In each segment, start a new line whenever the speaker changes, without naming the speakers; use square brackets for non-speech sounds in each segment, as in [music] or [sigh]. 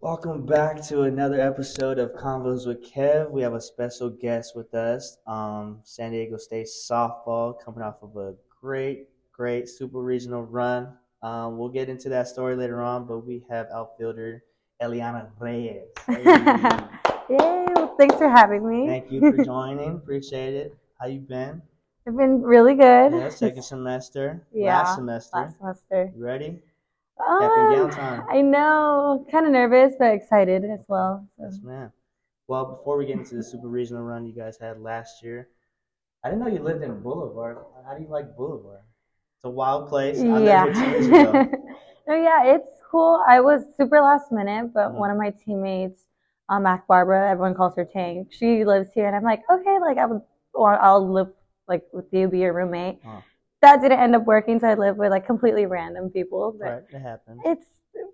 Welcome back to another episode of Convos with Kev. We have a special guest with us, um, San Diego State softball, coming off of a great, great super regional run. Um, we'll get into that story later on, but we have outfielder Eliana
[laughs]
Reyes. Hey.
Yay! Well, thanks for having me.
Thank you for joining. Appreciate it. How you been?
I've been really good.
Yeah, second semester.
Yeah,
Last semester.
Last semester.
You ready?
Um,
gown time.
I know. Kind of nervous, but excited as well. So.
Yes, ma'am. Well, before we get into the super regional run you guys had last year, I didn't know you lived in Boulevard. How do you like Boulevard? It's a wild place. I
yeah.
lived here two years
[laughs]
ago.
no, yeah, it's cool. I was super last minute, but
Mhm.
one of my teammates, um, Mac Barbara, everyone calls her Tank. She lives here, and I'm like, okay, like I would, or I'll live like with you, be your roommate.
Huh.
That didn't end up working, so I live with like completely random people. But
Right, it happened.
it's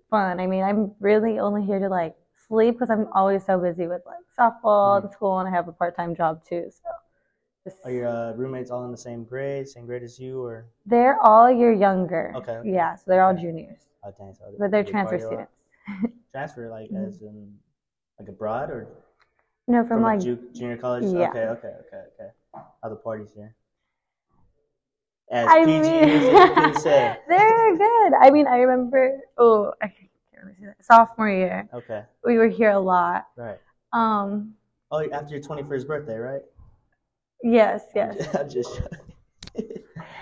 fun. I mean, I'm really only here to like sleep because I'm always so busy with like softball
Mm.
and school, and I have a part time job too. So just,
Are your uh, roommates all in the same grade, same grade as you, or?
they're all a year younger.
Okay.
Yeah, so they're all
Okay.
juniors,
Oh, dang, so
but they're
did
transfer
Barrio-
students.
Transfer, like
Mhm.
as in, like abroad or
No, from,
a
like
ju- junior college.
yeah.
Okay, okay, okay, okay. How the parties here? As
I
PG
[laughs] mean,
usually say.
they're good. I mean, I remember. Oh, I can't remember say that. sophomore year,
Okay,
we were here a lot.
right.
Um,
Oh, after your twenty-first birthday, right?
yes,
I'm
yes.
ju- [laughs] I'm
[laughs]
just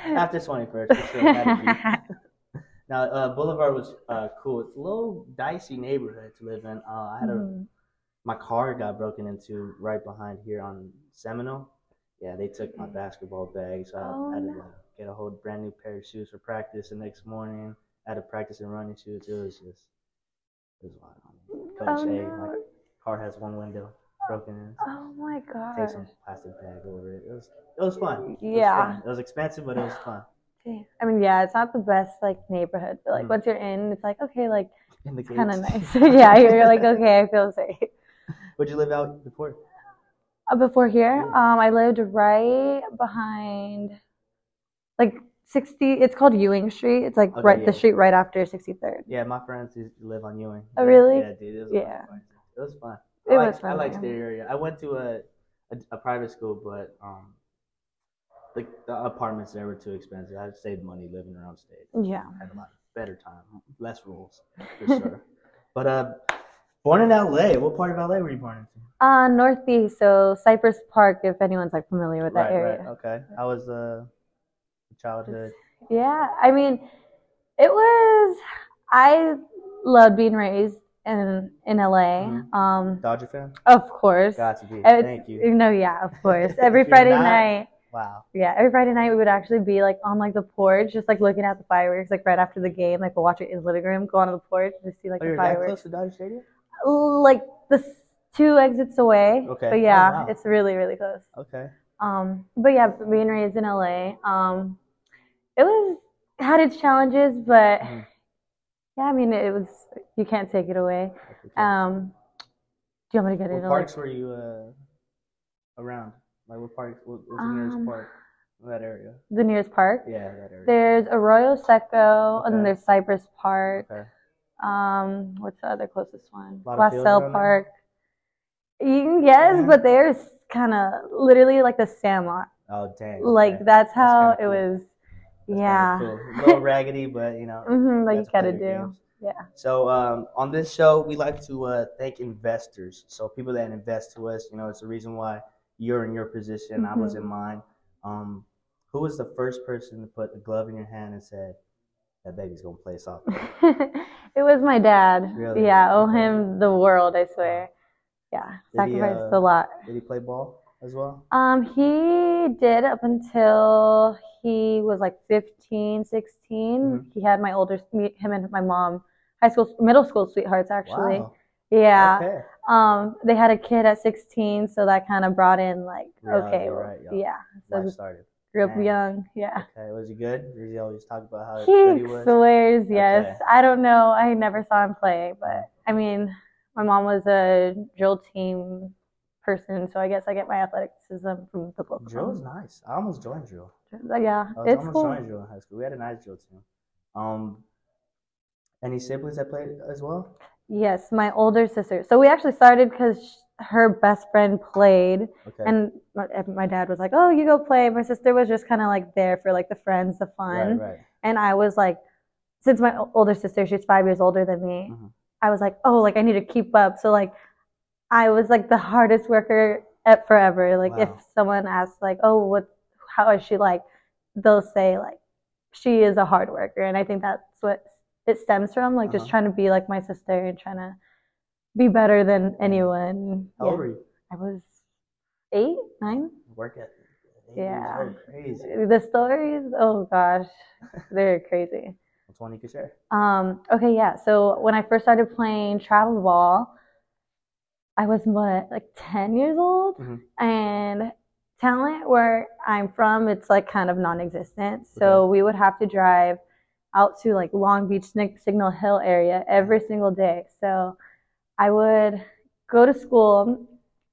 after twenty first. For sure.
[laughs]
that'd be- now, uh, Boulevard was uh, cool. It's a little dicey neighborhood to live in. Uh, I had a,
Mhm.
my car got broken into right behind here on Seminole. Yeah, they took my basketball bag, so
Mm-hmm. Oh,
I had to
no.
like, get a whole brand new pair of shoes for practice the next morning. I had to practice in running shoes. It was just it was wild. Coach eh?
Oh,
A, my
no.
car has one window broken in.
oh my
Take
god.
some plastic bag over it. It was it was fun. It was
Yeah.
fun. It was expensive, but it was fun.
Damn. I mean, yeah, it's not the best like neighborhood, but like
Mm.
once you're in, it's like okay, like
In the
it's kind of
gates.
nice. [laughs] yeah,
[laughs]
you're, you're like okay, I feel safe.
Would you live out before?
Uh, before here,
Mm.
um, I lived right behind, like sixty. It's called Ewing Street. It's like
Okay,
right
yeah.
the street right after Sixty Third.
Yeah, my friends used to live on Ewing.
Oh,
Yeah,
really?
Yeah, dude. It was
Yeah.
Fun. It was fun.
It
I like,
was fun.
I like
yeah.
the area. I went to a, a a private school, but um, the, the apartments there were too expensive. I saved money living around state.
Yeah.
had a lot better time, less rules
[laughs]
for sure. but uh, born in L.A. What part of L.A. were you born into?
Uh, northeast, so Cypress Park, if anyone's like familiar with that
right,
area.
right. Okay, I was uh, childhood.
Yeah, I mean, it was. I loved being raised in in LA.
Mhm.
Um,
Dodger fan?
of course.
Got to be.
Uh, it's-
Thank you.
No, yeah, of course.
If
Every
you're
Friday
not-
night,
Wow.
yeah, every Friday night we would actually be like on like the porch, just like looking at the fireworks, like right after the game. Like we'll watch it in the living room, go onto the porch, and just see like
Oh,
the
you're that close
fireworks.
to Dodger Stadium?
Like the s- two exits away.
Okay.
But
Oh,
yeah,
wow.
it's really, really close.
Okay.
Um, but yeah, being raised in LA, um, it was had its challenges, but
Mhm.
yeah, I mean, it was you can't take it away.
Okay.
Um, do you want me to get
what
into like
parks were you uh, around? Like what park? What was the nearest
Um,
park in that area?
the nearest park?
Yeah, that area.
There's Arroyo Seco, and
Okay.
then there's Cypress Park.
Okay.
Um, what's the other closest one?
Lot of fields around
Glassell
there?
Park. Y- Yes,
Yeah.
but there's kind of literally like the Sandlot.
Oh dang.
Like
okay.
that's how
kinda
it
cool.
was.
That's kinda
yeah.
Cool. A little raggedy, but you
[laughs]
know.
hmm like
that's
you gotta
part of
do.
your games.
Yeah.
So um, on this show, we like to uh, thank investors. So people that invest to us, you know, it's the reason why you're in your position. I was
Mhm.
in mine. Um, who was the first person to put a glove in your hand and said, "That baby's gonna play softball"?
[laughs] it was my dad.
Really?
Yeah, owe
Okay.
him the world, I swear. Yeah,
Did he,
sacrificed
uh,
a lot.
Did he play ball as well?
Um, he did up until he was like 15, 16.
Mhm.
He had my older, me- him and my mom, high school, middle school sweethearts, actually.
Wow.
Yeah.
Okay.
Um, they had a kid at 16, so that kind of brought in like,
Reality,
okay, well,
right, yeah.
yeah. So
Life
just
started.
grew up
Man.
young, yeah.
Okay, was he good? Did he always talk about how good
He
Uh, he was?
swears, yes.
Okay. Mm.
I don't know. I never saw him play, but I mean, my mom was a drill team person, so I guess I get my athleticism from the book.
Drill is nice. I almost joined drill.
Yeah,
I was
it's
almost
cool.
joined drill in high school. We had a nice drill team. Um, Any siblings that played as well?
Yes, my older sister. So we actually started because her best friend played,
Okay.
and my, and my dad was like, "Oh, you go play." My sister was just kind of like there for like the friends, the fun,
right, right.
and I was like, since my o- older sister, she's five years older than me,
Mhm.
I was like, "Oh, like I need to keep up." So like, I was like the hardest worker at forever. Like if
Wow.
someone asks, like, "Oh, what? How is she like?" They'll say like, "She is a hard worker," and I think that's what it stems from. Like just
Uh-huh.
trying to be like my sister and trying to be better than anyone.
Mm-hmm. How
Yeah.
old were you?
I was eight, nine.
Work at eight years
Yeah.
old, crazy.
The stories, oh
[laughs]
gosh, they're crazy.
That's one you could share.
Um, okay, yeah. So when I first started playing travel ball, I was what, like 10 years old?
Mhm.
And talent where I'm from, it's like kind of non-existent. So we would have to drive out to like Long Beach, Sig- Signal Hill area every single day. So I would go to school.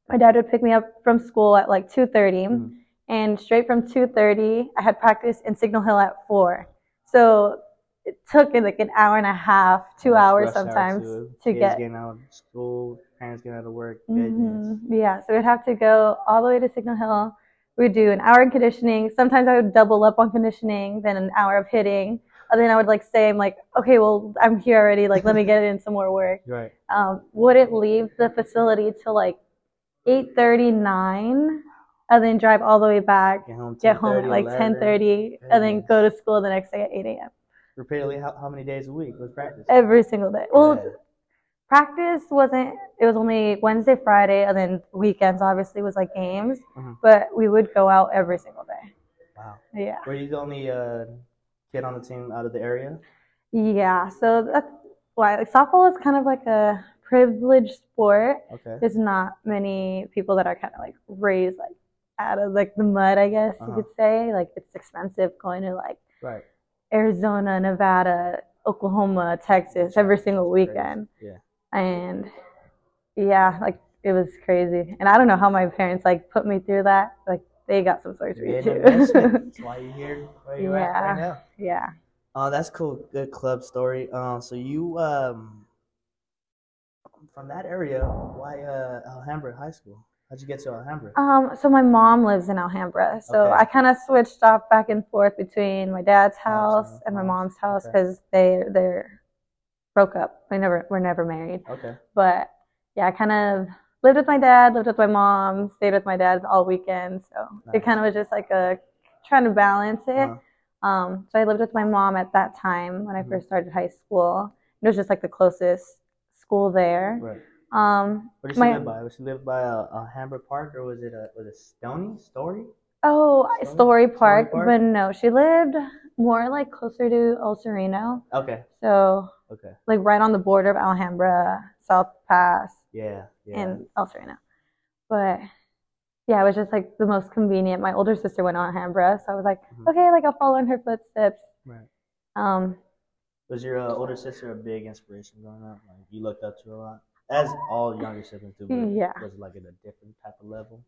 My dad would pick me up from school at like 2:30,
Mhm.
and straight from 2:30, I had practice in Signal Hill at 4. So it took like an hour and a half, two
Rush-
hours
rush hour
sometimes
too.
to
Kids
get.
getting out of school, parents getting out of work.
Mhm.
Goodness.
Yeah, so we'd have to go all the way to Signal Hill. We'd do an hour in conditioning. Sometimes I would double up on conditioning, then an hour of hitting. And then I would like say, I'm like, okay, well, I'm here already. Like, let me get in some more work.
Right.
Um, wouldn't leave the facility till like 8:39, and then drive all the way back.
Get home.
Get home at
10:30,
like
11.
10:30, and then
Goodness.
go to school the next day at 8 a.m.
Repeatedly, how, how many days a week was practice?
Every single day. Well,
Yeah.
practice wasn't it was only wednesday friday and then weekends obviously was like games
Mhm.
but we would go out every single day
Wow.
yeah
Were you the only uh, kid on the team out of the area?
yeah so that's why like softball is kind of like a privileged sport
Okay.
there's not many people that are kind of like raised like out of like the mud i guess you
Uh-huh.
could say like it's expensive going to like [laughs]
Right.
arizona nevada oklahoma texas every single
Crazy.
weekend
Yeah.
and yeah, like it was crazy. And I don't know how my parents like put me through that. Like they got some
Made
surgery
an
too.
investment. That's why you're here. Where you're at right
Yeah.
now.
[laughs] yeah.
Oh, that's cool. Good club story. Um, so you um from that area? Why uh Alhambra High School? How'd you get to Alhambra?
Um, so my mom lives in Alhambra, so
Okay.
I kind of switched off back and forth between my dad's house
and
and my
mom's,
mom's house
okay.
because they they're broke up. They never were never married,
Okay.
but yeah, I kind of lived with my dad, lived with my mom, stayed with my dad all weekend. So
Nice.
it kind of was just like a trying to balance it.
Uh-huh.
Um, so I lived with my mom at that time when I
Mhm.
first started high school. It was just like the closest school there.
Right.
Um,
What did she
My-
live by? Was she live by uh, Alhambra Park or was it a was it Stony Story?
oh, I-
Story-
Story
Story
Park,
Park?
but no, she lived more like closer to El Sereno.
Okay.
So
Okay.
like right on the border of Alhambra, South Pass,
Yeah. Yeah.
and El Sereno. But yeah, it was just like the most convenient. My older sister went on Alhambra, so I was like,
Mhm.
okay, like I'll follow in her footsteps.
Right.
Um,
Was your uh, older sister a big inspiration growing up? Like you looked up to her a lot, as all younger siblings do. but
Hmm, Yeah.
Was it like at a different type of level?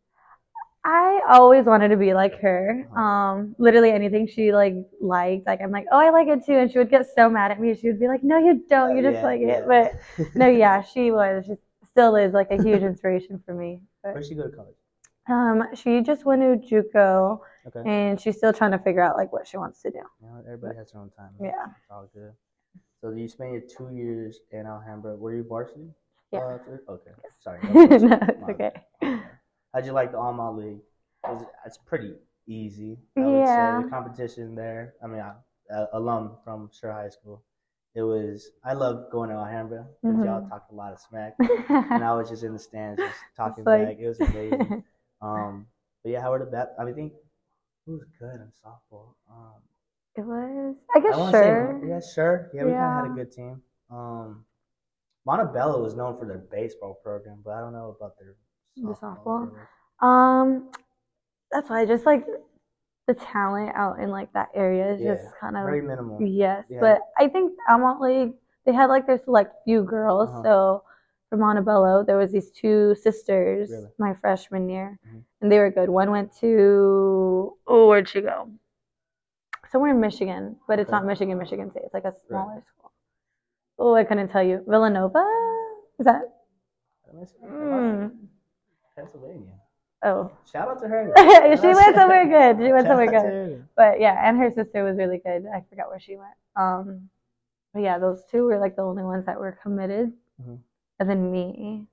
I always wanted to be like her.
Uh-huh.
Um, literally anything she like liked, like I'm like, oh, I like it too, and she would get so mad at me. She would be like, no, you don't. Oh, You
Uh,
just
yeah,
like it.
yeah. [laughs]
But no, yeah, she was. She still is like a huge inspiration for me. But
Where'd she go to college?
um, she just went to JUCO,
Okay.
and she's still trying to figure out like what she wants to do. [laughs]
You know, everybody has their own time.
Yeah.
It's all good. So you spent your two years in Alhambra. Were you varsity?
Yeah.
Uh, for- okay.
Yes.
Sorry.
[laughs] no,
no varsity.
it's
My
okay.
bad. How'd you like the All My League? It's, it's pretty easy. I would say
Yeah.
the competition there. I mean, I, uh, alum from Sure High School. It was. I love going to Alhambra because y'all
Mhm.
talked a lot of
[laughs]
smack, and I was just in the stands just talking
like-
back. It was
[laughs]
amazing. Um, but yeah, Howard the Bat. I mean, think who was good in softball? Um,
it was, I guess,
I wanna say-
sure.
yeah, sure. Yeah, we kind of had
Yeah.
a good team. Um, Montebello was known for their baseball program, but I don't know about their
The softball?
program.
Um, that's why I just like the talent out in like that area is
Yeah,
just kind of
Very minimal.
yes.
yeah.
But I think Almont League they had like their select few girls.
Uh-huh.
So for Montebello, there was these two sisters
Really?
my freshman year,
Mhm.
and they were good. One went to oh, where'd she go? Somewhere in Michigan, but it's
Okay.
not Michigan, Michigan State. It's like a smaller school. Oh, I couldn't tell you. Villanova? Is that? Hmm.
Pennsylvania. Pennsylvania.
Oh. [laughs]
Shout out to her. [laughs]
she went somewhere good. She went somewhere
Shout out
good.
to her.
But yeah, and her sister was really good. I forgot where she went. Um, but yeah, those two were like the only ones that were committed.
Mhm.
And then me.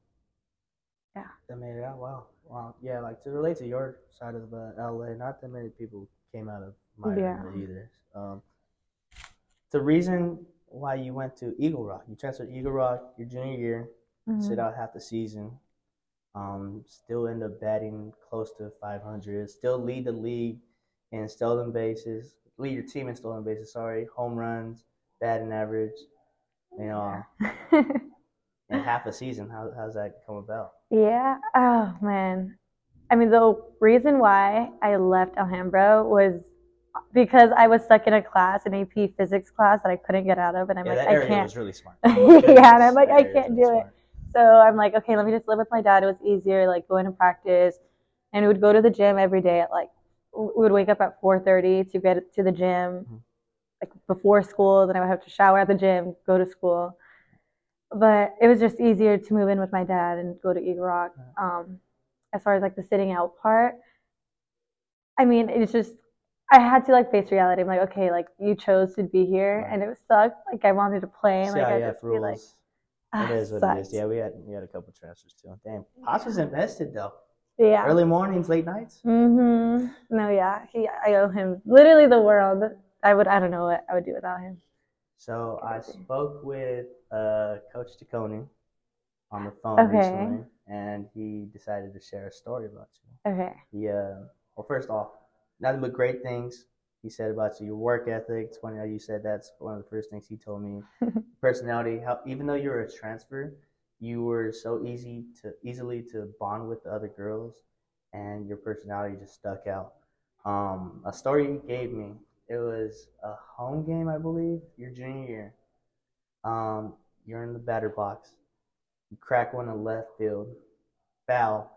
That made it out. Wow. Wow. Yeah, like to relate to your side of uh, LA, not that many people came out of my
Yeah.
area either. Um, the reason why you went to Eagle Rock, you transferred to Eagle Rock your junior year,
Mhm.
sit out half the season, um, still end up batting close to 500, still lead the league in stolen bases, lead your team in stolen bases, sorry, home runs, batting average, you know, in half a season. How, how's that come about?
[laughs] Yeah. Oh man. I mean, the reason why I left Alhambra was because I was stuck in a class, an AP physics class that I couldn't get out of, and I'm
yeah,
like,
that
I
area
can't.
was really smart.
[laughs] Yeah, and I'm like,
That
I
area was
can't
really
do it.
smart.
So I'm like, okay, let me just live with my dad. It was easier, like going to practice, and we would go to the gym every day at like we would wake up at 4:30 to get to the
Mhm.
gym, like before school. Then I would have to shower at the gym, go to school. But it was just easier to move in with my dad and go to Eagle Rock. Um, as far as like the sitting out part, I mean, it's just I had to like face reality. I'm like, okay, like you chose to be here,
Right.
and it sucked. Like I wanted to play, and like I
CIF
just feel like
rules.
ah,
it is what it
sucks.
is. Yeah, we had we had a couple transfers too. Damn, Pops was invested though.
yeah.
Early mornings, late nights.
hmm No, yeah. He I owe him literally the world. I would I don't know what I would do without him.
So I
Crazy.
spoke with uh, Coach Taconi on the phone
Okay.
recently, and he decided to share a story about you.
Okay.
He, uh, well, first off, nothing but great things he said about you. Your work ethic. It's funny how you said that's one of the first things he told me. Personality. How even though you were a transfer, you were so easy to easily to bond with the other girls, and your personality just stuck out. Um, a story he gave me. It was a home game, I believe, your junior year. Um, you're in the batter box. You crack one to left field, foul,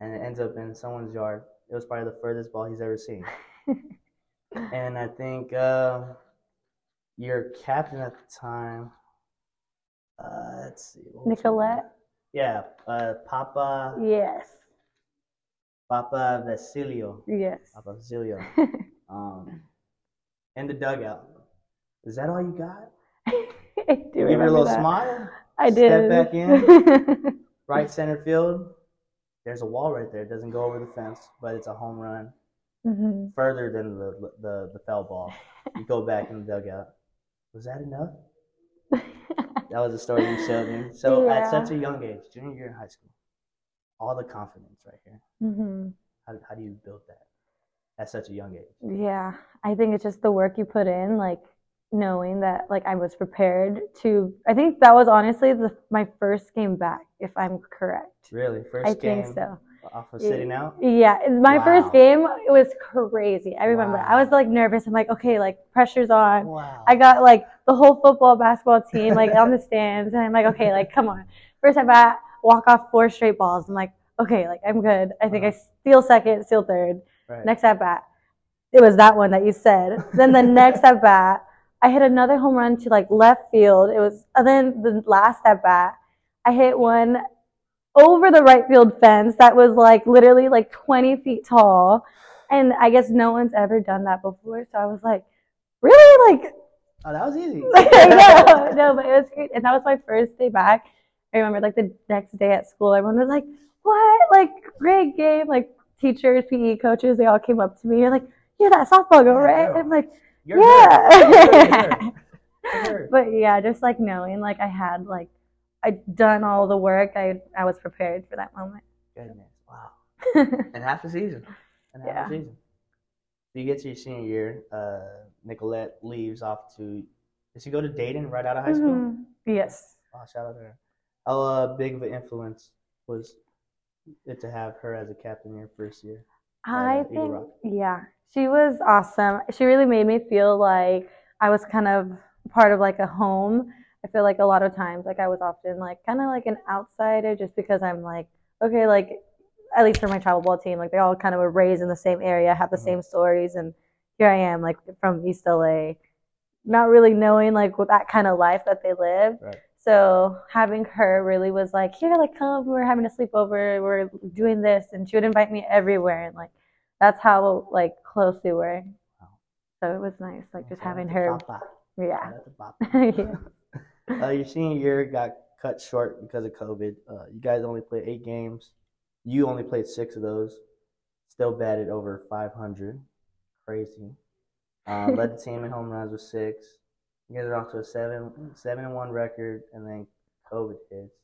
and it ends up in someone's yard. It was probably the furthest ball he's ever seen. and I think uh, your captain at the time, uh, let's see, what was her name?
Nicolette?
Yeah, uh, Papa
Yes.
Papa Vasilio.
Yes. [laughs]
Papa Vasilio. um, in the dugout. Is that all you got?
I do
Give her a
remember
little
that. [laughs]
smile.
I
step
did.
back
[laughs] in.
Right center field. There's a wall right there. It doesn't go over the fence, but it's a home run.
[laughs] hmm
further than the the, the fell ball. You go back in the dugout. Was that enough? That was the story you showed me.
[laughs]
So at
Yeah.
such a young age, junior year in high school, all the confidence right here.
hmm
How, how do you build that at such a young age?
Yeah. I think it's just the work you put in, like knowing that like I was prepared to I think that was honestly the, my first game back, if I'm correct.
Really, first
I
game
think so.
off of
Yeah.
sitting out.
Yeah, it- my
Wow.
first game it was crazy. I remember I was
Wow.
like nervous. I'm like, okay, like pressure's on.
Wow.
I got like the whole football basketball team like
[laughs]
on the stands, and I'm like, okay, like come on. First at bat, walk off four straight balls. I'm like, okay, like I'm good. I think I steal second, steal third.
right.
Next at bat, it was that one that you said. Then the next at bat, I hit another home run to like left field. It was, and then the last at bat, I hit one over the right field fence that was like literally like 20 feet tall. And I guess no one's ever done that before. So I was like, really? Like,
Oh, that was
[laughs]
easy.
no, no, but it was great. And that was my first day back. I remember like the next day at school, everyone was like, What? Like, great game. Like, teachers, PE coaches, they all came up to me. You're like, You're that softball girl,
Yeah,
right?
girl.
I'm like,
You're
Yeah. [laughs]
good. You're good. You're good. You're good.
But yeah, just like knowing like I had like, I'd done all the work, I, I was prepared for that moment.
Goodness, wow. And half a season. And half
Yeah.
a season. So you get to your senior year. Uh, Nicolette leaves off to. Did she go to Dayton right out of high school?
Mhm. [laughs] Yes.
Oh, shout out to her. How uh, big of an influence was it to have her as a captain your first year? Right,
I
uh, Eagle
think,
Rock.
yeah, she was awesome. She really made me feel like I was kind of part of like a home. I feel like a lot of times, like I was often like kind of like an outsider just because I'm like, okay, like at least for my travel ball team, like they all kind of were raised in the same area, have the
Mhm.
same stories, and here I am, like from East LA, not really knowing like what that kind of life that they lived.
Right.
So having her really was like, here, like come, we're having a sleepover, we're doing this, and she would invite me everywhere, and like that's how like close we were.
Wow.
So it was nice, like just
Shout out
having
to
her.
Papa.
Yeah.
Shout out to Papa.
Yeah.
[laughs] Uh, your senior year got cut short because of COVID. Uh, you guys only played eight games. You only played six of those. Still batted over 500. Crazy.
[laughs]
Uh, led the team in home runs with six. You guys are off to a seven seven and one record, and then COVID hits.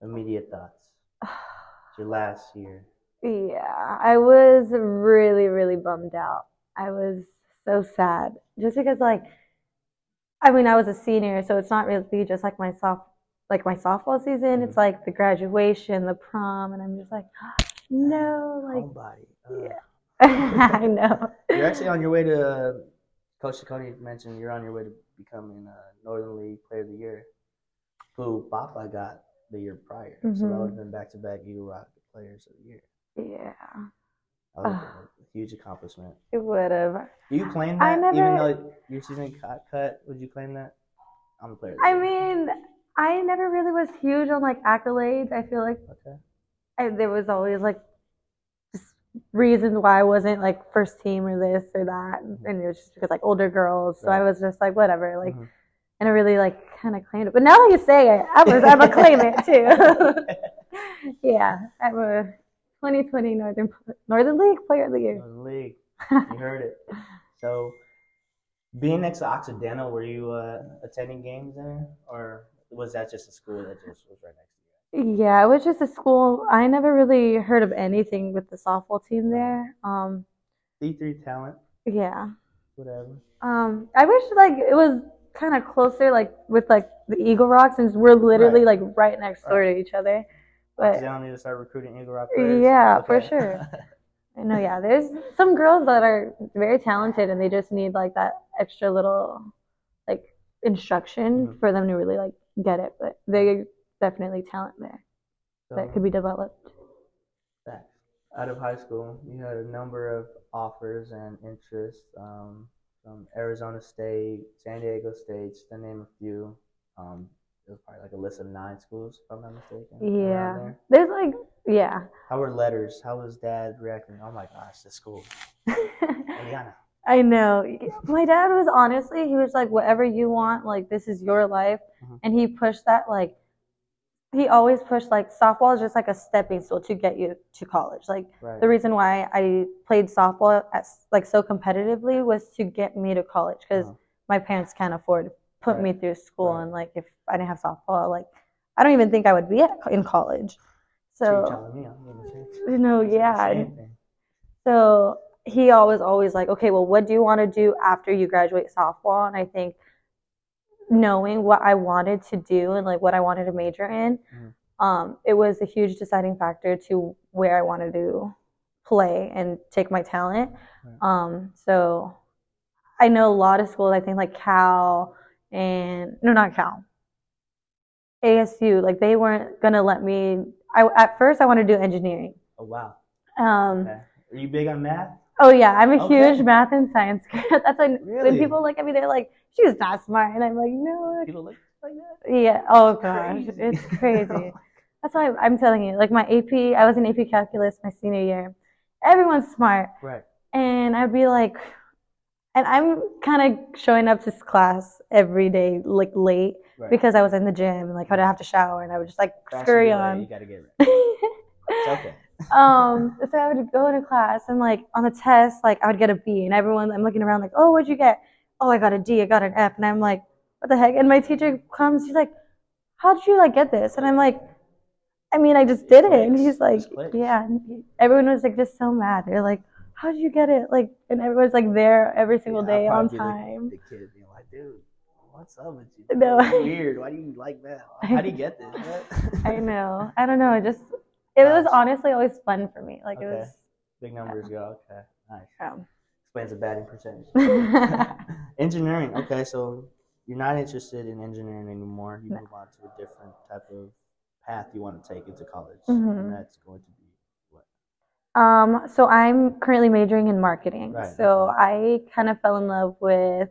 Immediate thoughts.
[sighs]
It's your last year.
[laughs] Yeah, I was really, really bummed out. I was so sad just because, like, I mean, I was a senior, so it's not really just like my soph like my softball season. It's like the graduation, the prom, and I'm just like, [gasps]
Oh
no,
Homebody.
yeah. like, [laughs] I know.
You're actually on your way to. Uh, Coach Ciccone mentioned you're on your way to becoming a Northern League Player of the Year, who Papa got the year prior. So that
Mhm.
would have been back to back Eagle Rock Players of the Year.
Yeah,
That would have
Ah.
been a huge accomplishment.
it would have.
Do you claim
I
that? Even
never-
though your season got cut, would you claim that? I'm a player. of the
I
year.
mean, I never really was huge on like accolades. I feel like
okay.
I, there was always like just reasons why I wasn't like first team or this or that, and it was just because like older girls. So I
Mm-hmm. Right.
was just like whatever, like,
Mhm.
and I really like kind of claimed it. But now that you say it, I'm a, I'm a
[laughs]
claimant too. [laughs] yeah, I'm a 2020 Northern Northern League Player of the Year.
Northern League. You heard
[laughs]
it. So, being next to Occidental, were you uh, attending games there, or was that just a school that just was right next to you?
Yeah, it was just a school. I never really heard of anything with the softball team there. Um,
D3 talent,
yeah.
whatever.
Um, I wish like it was kind of closer, like with like the Eagle Rock, since we're literally like right next door to each other. But
Occidental need to start recruiting Eagle Rock
Yeah,
players.
for
[laughs]
sure. I know, yeah, there's some girls that are very talented and they just need like that extra little like instruction
Mhm.
for them to really like get it. But they definitely talent there that could be developed.
Facts. Out of high school, you had a number of offers and interests um, from Arizona State, San Diego State, just to name a few. Um, it was probably like a list of nine schools, if I'm not mistaken. around
Yeah.
there.
There's like yeah.
How were letters? How was dad reacting? Oh my gosh, this school.
[laughs]
Indiana.
I know. My dad was honestly, he was like, whatever you want, like, this is your life.
Mhm.
And he pushed that, like, he always pushed, like, softball is just like a stepping stool to get you to college. Like,
Right.
the reason why I played softball at, s- like, so competitively was to get me to college because
Uh-huh.
my parents can't afford to put
Right.
me through school.
Right.
And, like, if I didn't have softball, like, I don't even think I would be at, in college.
So you're
So,
telling me I'm getting a chance. It's
you know,
like the
yeah.
same thing.
So he always, always like, okay, well, what do you want to do after you graduate softball? And I think knowing what I wanted to do and like what I wanted to major in,
Mhm.
um, it was a huge deciding factor to where I wanted to play and take my talent.
Right.
Um, so I know a lot of schools, I think like Cal and no, not Cal. ASU, like they weren't gonna let me. I at first I wanted to do engineering.
Oh wow.
Um,
Okay. Are you big on math?
Oh yeah, I'm a
Okay.
huge math and science [laughs] girl. That's when
Really?
when people look at me, they're like, "She's not smart," and I'm like, "No,
People like like that.
yeah, oh gosh,
Crazy. [laughs]
it's crazy." That's why I'm, I'm telling you, like my AP, I was in AP Calculus my senior year. Everyone's smart,
Right.
and I'd be like, and I'm kind of showing up to s- class every day like late
Right.
because I was in the gym and like I'd have to shower and I would just like
Fast and
scurry
delay,
on.
You gotta get right. [laughs] It's okay.
um, so I would go to class and like on the test, like I would get a B, and everyone I'm looking around like, oh, what'd you get? Oh, I got a D, I got an F, and I'm like, what the heck? And my teacher comes, she's like, how did you like get this? And I'm like, I mean, I just did it. And
clicks.
he's like,
Just clicks.
yeah. And Everyone was like just so mad. They're like, how did you get it? Like, and everyone's like there every single
Yeah, I'll
day on
probably be like
time.
The kid being like, dude, what's up with you?
[laughs] No.
That's [laughs] Weird. Why do you like that? How do you get
[laughs]
this? What?"
I know. I don't know. It just it was
Gotcha.
honestly always fun for me. Like it
Okay.
was.
[laughs] Big numbers go. Okay. Nice.
Um,
Explains the batting percentage. [laughs]
[laughs]
engineering. Okay, so you're not interested in engineering anymore. You
No.
move on to a different type of path you want to take into college.
Mhm.
And that's going to be
Um, so I'm currently majoring in marketing.
Right,
So I kind of fell in love with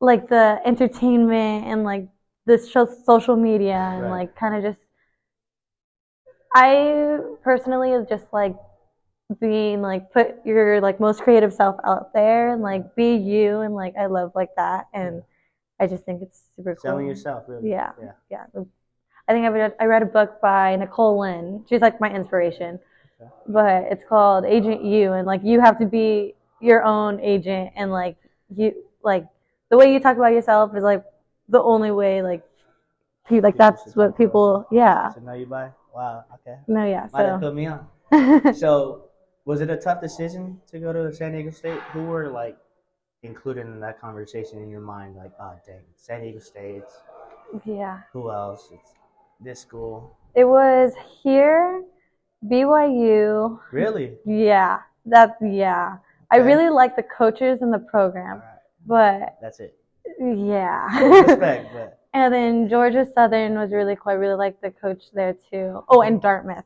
like the entertainment and like the sho- social media and
Right.
like kind of just I personally is just like being like put your like most creative self out there and like be you and like I love like that and I just think it's super cool.
Selling yourself, really.
Yeah,
Yeah.
yeah. I think I read I read a book by Nicole Lynn. She's like my inspiration,
Okay.
but it's called Agent You, and like you have to be your own agent, and like you like the way you talk about yourself is like the only way like pe- like
People
that's
should
what
talk about
people yeah
So now you buy? Wow. Okay.
no yeah
Might have
so
put me on. So, was it a tough decision to go to San Diego State? Who were like included in that conversation in your mind? Like, oh dang, San Diego State.
[laughs] yeah.
Who else? It's this school.
It was here, BYU.
Really?
Yeah, that's yeah. I
Okay.
really like the coaches and the
All
program,
right.
but
That's it.
yeah.
Respect, but
And then Georgia Southern was really cool. I really liked the coach there too. Oh, and Dartmouth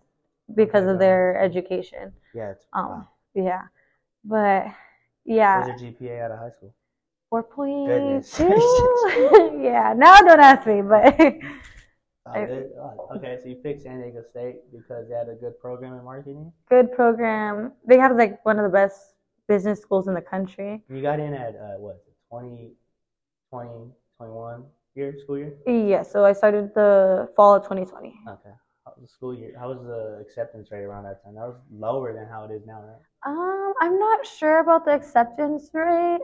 because of their education.
yeah. It's,
Um, uh,
wow.
yeah. But
What
yeah,
was your GPA out of high school?
4.2. [laughs] yeah, now don't ask me, but [laughs]
Oh,
I-
good. Oh, okay, so you picked San Diego State because they had a good program in marketing.
good program. They have like one of the best business schools in the country.
You got in at uh, what? 20, 20, 21 year school year.
Yeah, so I started the fall of 2020.
Okay. How was the school year? How was the acceptance rate around that time? That was lower than how it is now, right?
Um, I'm not sure about the acceptance rate.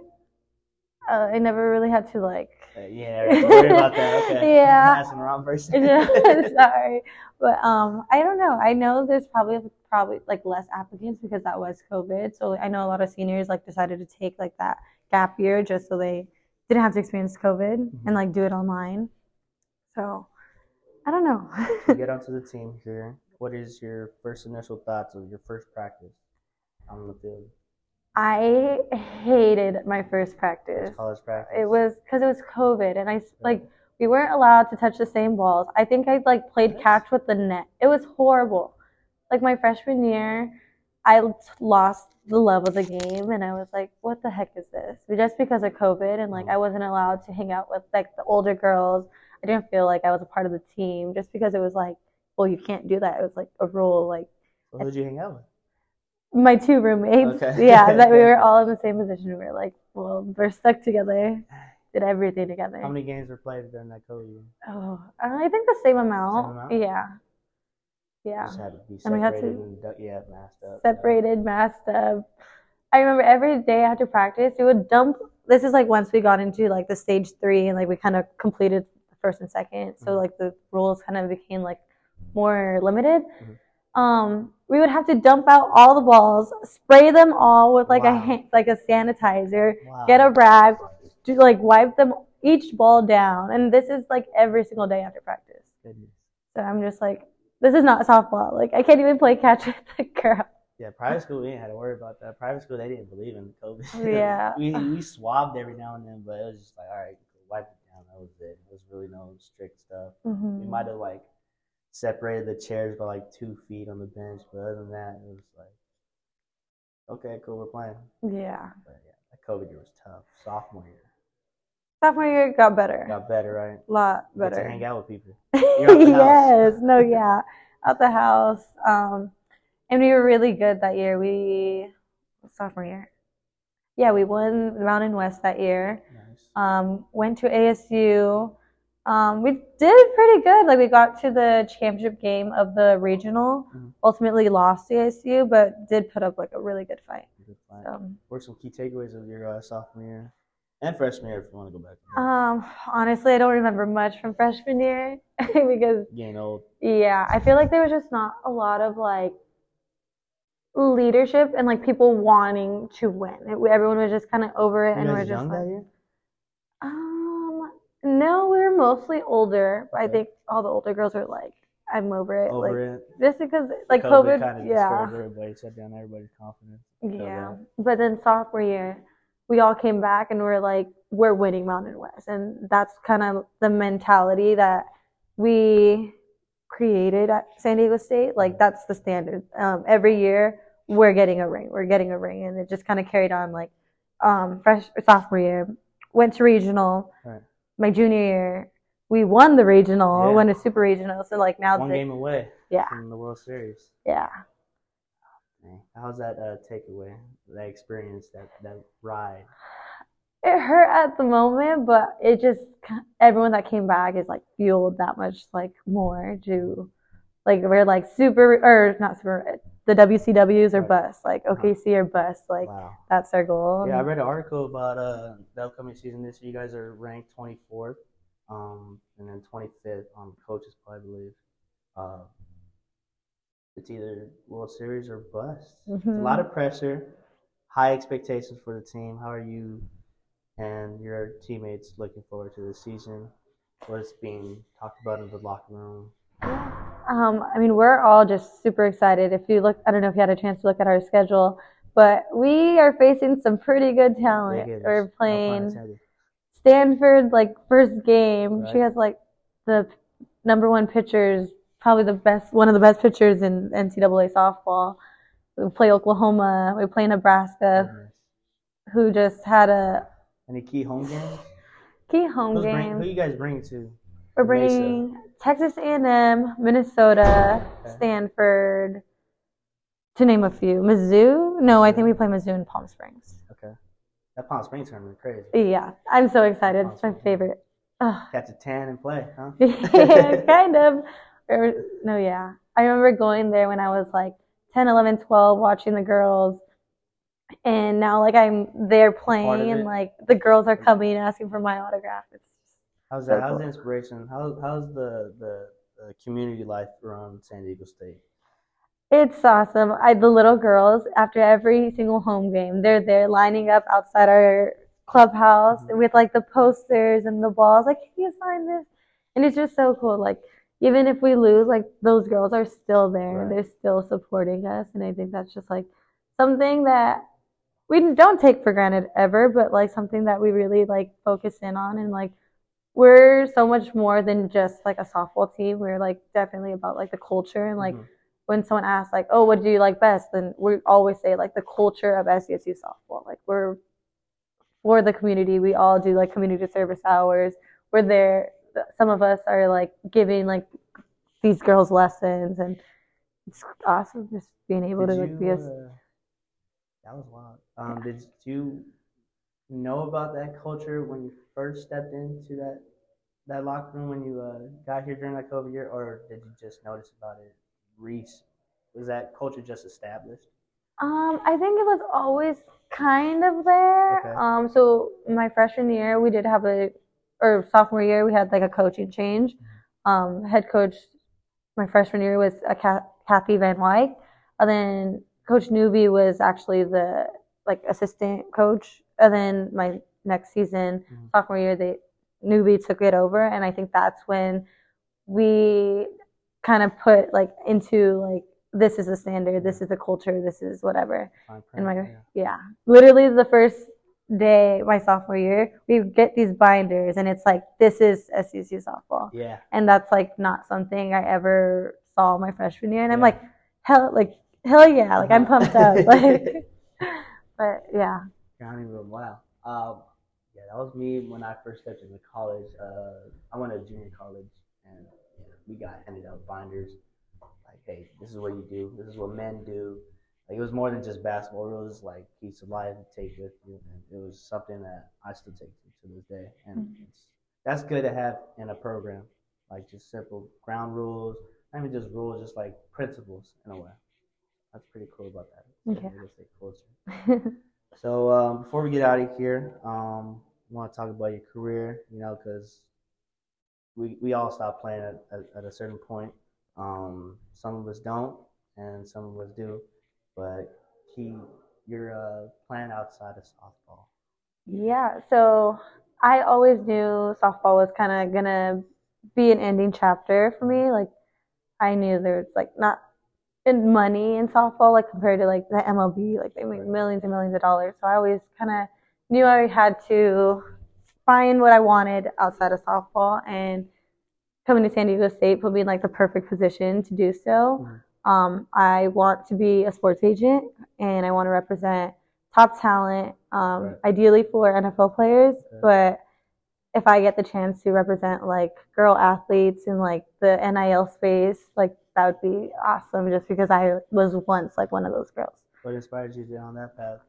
Uh, I never really had to like
Uh, [laughs] yeah, I was worried about that. Okay.
[laughs] Yeah.
I'm asking the wrong person.
[laughs]
[laughs]
Sorry, but um, I don't know. I know there's probably probably like less applicants because that was COVID. So I know a lot of seniors like decided to take like that gap year just so they didn't have to experience COVID
Mhm.
and like do it online. So I don't know. [laughs]
To get onto the team here. What is your first initial thoughts of your first practice on the field?
I hated my first
It's
practice.
college practice.
It was because it was COVID, and I s- like we weren't allowed to touch the same balls. I think I like played
What?
catch with the net. It was horrible. Like my freshman year, I l- lost the love of the game, and I was like, "What the heck is this?" But Just because of COVID, and
Uh-huh.
like I wasn't allowed to hang out with like the older girls. I didn't feel like I was a part of the team just because it was like, well, you can't do that. It was like a rule. Like
Well, Who did you hang out with?
my two roommates,
Okay.
[laughs] yeah,
[laughs]
that we were all in the same position. We were like, well, we're stuck together. Did everything together.
How many games were played during that COVID year?
Oh, uh, I think the same amount.
amount?
Yeah. Yeah.
Just had to be
And we had
separated
to
and du- yeah, masked up.
Separated, masked up. I remember every day I had to practice. We would dump. This is like once we got into like the stage three and like we kind of completed the first and 2nd So
Mhm.
like the rules kind of became like more limited.
Mhm.
Um, we would have to dump out all the balls, spray them all with like a
Wow.
hand, like a sanitizer,
Wow.
get a rag, do like wipe them each ball down, and this is like every single day after practice.
Goodness.
So I'm just like, this is not softball. Like I can't even play catch with the girl.
Yeah, private school, we didn't have to worry about that. Private school, they didn't believe in COVID.
Oh, Yeah.
[laughs] we, we swabbed every now and then, but it was just like, all right, wipe it down. That was it. It was really no strict stuff.
Mm-hmm.
We might have, like, separated the chairs by, like, two feet on the bench, but other than that, it was like, okay, cool, we're playing.
Yeah.
But yeah, that COVID year was tough. Sophomore year.
Sophomore year got better.
Got better, right?
A lot
You Get to hang
better.
out with
[laughs]
people. You're out the house.
yes.
[laughs]
No, yeah. Out the house. Um and we were really good that year. We sophomore year. Yeah, we won the Mountain West that year.
Nice.
um, went to ASU. Um, we did pretty good. Like we got to the championship game of the regional.
Mhm.
Ultimately lost to ASU, but did put up like a really good fight.
Good fun.
Um,
What are some key takeaways of your uh, sophomore year and freshman year if you want to go back?
um, honestly, I don't remember much from freshman year [laughs] because
Getting old.
yeah, I feel like there was just not a lot of like leadership and like people wanting to win. It, everyone was just kind of over it,
You
and
guys
we're just
young
like.
that year?
Um, no, we were mostly older. but I
Okay.
think all the older girls were like, "I'm over it."
Over
like
it.
just because like
COVID,
COVID,
kind of
yeah,
discouraged everybody, shut down everybody's confidence. so
yeah.
that-
But then sophomore year, we all came back and we're like, "We're winning Mountain West," and that's kind of the mentality that we created at San Diego State. Like that's the standard. Um, every year we're getting a ring, we're getting a ring, and it just kind of carried on like um fresh sophomore year went to regional
Right.
my junior year. We won the regional,
Yeah.
won a super regional. So like now,
One
the,
game away
Yeah.
from the World Series.
yeah,
How's that uh, takeaway? That experience, that that ride.
it hurt at the moment, but it just everyone that came back is like fueled that much like more to like we're like super or not super the WCWs or
Right. Uh-huh.
bust like OKC or bust like
wow.
that's our goal.
Yeah, I read an article about uh, the upcoming season this year. You guys are ranked 24th, um, and then 25th on coaches' play, I believe. Uh, it's either World Series or bust. It's a
Mhm.
lot of pressure, high expectations for the team. How are you and your teammates looking forward to the season? What's being talked about in the locker room?
Um, I mean, we're all just super excited. If you look, I don't know if you had a chance to look at our schedule, but we are facing some pretty good talent.
Vegas,
We're
no pun
Oh, playing
intended.
Stanford, like first game. She
Right.
has like the number one pitchers, probably the best, one of the best pitchers in NCAA softball. We play Oklahoma. We play Nebraska,
Nice. Mm-hmm.
who just had a
Any key home games?
key home
Who's bring,
game.
who you guys bring to?
We're
Mesa.
bringing Texas A&M, Minnesota,
Okay.
Stanford, to name a few. Mizzou? No, I think we play Mizzou in Palm Springs.
Okay. That Palm Springs tournament, crazy.
Yeah, I'm so excited.
Palm
It's my
Springs.
favorite. Oh,
Catch a tan and play, huh?
[laughs] kind of. Or- No, yeah. I remember going there when I was like 10, 11, 12, watching the girls. And now, like, I'm there playing,
it.
and like, the girls are coming and asking for my autograph. It's
How's that? How's
Circle.
the inspiration? How, how's the, the, the community life around San Diego State?
It's awesome. I, the little girls, after every single home game, they're there lining up outside our clubhouse
Mhm.
with like the posters and the balls. Like, can you sign this? And it's just so cool. Like, even if we lose, like those girls are still there.
Right.
They're still supporting us, and I think that's just like something that we don't take for granted ever, but like something that we really like focus in on and like we're so much more than just like a softball team. We're like definitely about like the culture and like
Mhm.
when someone asks like, "Oh, what do you like best?" then we always say like the culture of SDSU softball. Like we're for the community. We all do like community service hours. We're there. Some of us are like giving like these girls lessons, and it's awesome just being able
Did
to like be
you,
a
uh, that was wild. Um, Did you know about that culture when you first stepped into that that locker room when you uh, got here during that COVID year, or did you just notice about it? Reese, was that culture just established?
Um, I think it was always kind of there.
Okay.
Um, so my freshman year, we did have a, or sophomore year, we had like a coaching change. Um, head coach my freshman year was a Ca- Kathy Van Wyk, and then Coach Newby was actually the like assistant coach. And then my next season,
Mhm.
sophomore year, they Newby took it over, and I think that's when we kind of put like into like this is the standard, this is the culture, this is whatever.
Fine
And my
print,
yeah.
yeah.
Literally the first day my sophomore year, we get these binders and it's like this is SCSU softball.
yeah.
And that's like not something I ever saw my freshman year. And I'm
Yeah.
like, hell like hell yeah, like I'm
Uh-huh.
pumped up. [laughs] Like but yeah. [laughs]
County room. Wow. Um, yeah, that was me when I first stepped into college. Uh, I went to junior college, and yeah, we got handed out binders. Like, hey, this is what you do. This is what men do. Like, it was more than just basketball. It was like piece of life to take with you. And it was something that I still take to to this day, and it's, that's good to have in a program. Like just simple ground rules, not even just rules, just like principles in a way. That's pretty cool about that.
Okay.
Real estate culture. So um, before we get out of here, um, want to talk about your career, you know, because we we all stop playing at, at, at a certain point. Um, some of us don't, and some of us do. But he, your uh, plan outside of softball.
Yeah, so I always knew softball was kind of gonna be an ending chapter for me. Like, I knew there was like not in money in softball, like compared to like the MLB, like they make
Right.
millions and millions of dollars. So I always kind of knew I had to find what I wanted outside of softball, and coming to San Diego State put me in like the perfect position to do so. Um, I want to be a sports agent, and I want to represent top talent um,
Right.
ideally for NFL players.
Okay.
But if I get the chance to represent like girl athletes in like the NIL space, like that would be awesome just because I was once like one of those girls.
What inspired you to on that path?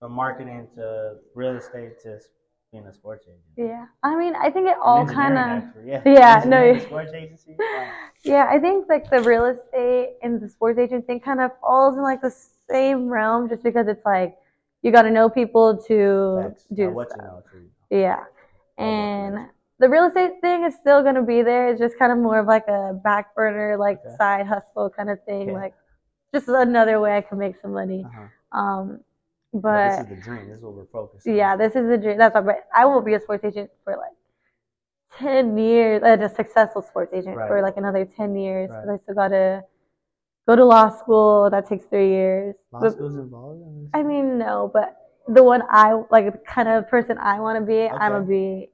From marketing to real estate to being a sports agent.
Yeah. I mean, I think it all
Engineering,
kind of.
actually, Yeah.
[laughs] yeah, no,
Engineering,
yeah.
Sports
[laughs]
agency. Wow.
Yeah, I think like the real estate and the sports agent thing kind of falls in like the same realm just because it's like you got to know people to
Facts.
do
Now, what you
stuff.
know, it's really-
Yeah.
All about
And the real estate thing is still going to be there. It's just kind of more of like a back burner, like
Okay.
side hustle kind of thing.
Okay.
Like just another way I can make some money.
uh-huh.
Um,
But
but
this is the dream. This is what we're focused on.
yeah, this is the dream. That's why but I won't be a sports agent for like 10 years, and a successful sports agent
Right.
for like another 10 years. 'cause
Right.
I still gotta go to law school. That takes three years.
Law
But-
school's involved in this?
I mean, no, but the one I like, the kind of person I want to be, I'm gonna be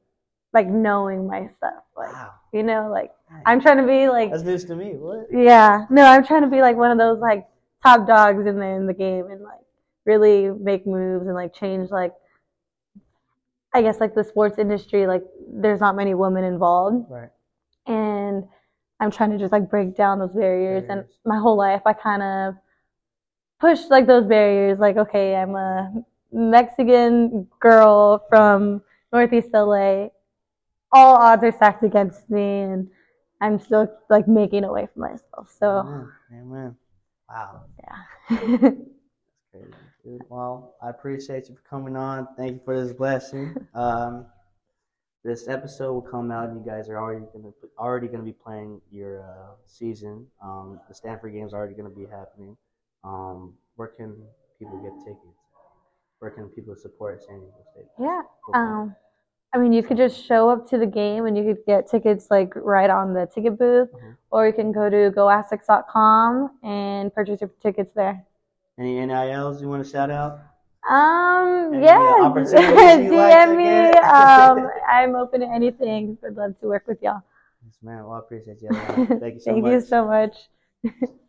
like knowing my stuff. Like,
wow.
you know, like
Nice.
I'm trying to be like,
That's news to me. What?
yeah, no, I'm trying to be like one of those like top dogs in the in the game and like really make moves and like change like I guess like the sports industry like there's not many women involved
Right.
and I'm trying to just like break down those barriers and
Barriers.
my whole life I kind of pushed like those barriers like okay I'm a Mexican girl from Northeast LA all odds are stacked against me and I'm still like making a way for myself so [laughs]
Amen. Amen. Wow. Crazy, dude. Well, I appreciate you for coming on. Thank you for this blessing.
[laughs]
Um, this episode will come out, and you guys are already gonna already gonna be playing your uh, season. Um, the Stanford game's already gonna be happening. Um, where can people get tickets? Where can people support San Diego State?
yeah
football?
Um, I mean, you could just show up to the game and you could get tickets like right on the ticket booth,
Mhm.
or you can go to goassix.com and purchase your tickets there.
Any NILs you want to shout out?
Um,
Any, uh,
yeah, [laughs]
opportunities you'd like to
DM me.
get? [laughs]
Um, I'm open to anything. I'd love to work with y'all.
[laughs] Yes, man. Well, I appreciate you. Thank you so much.
Thank you so much.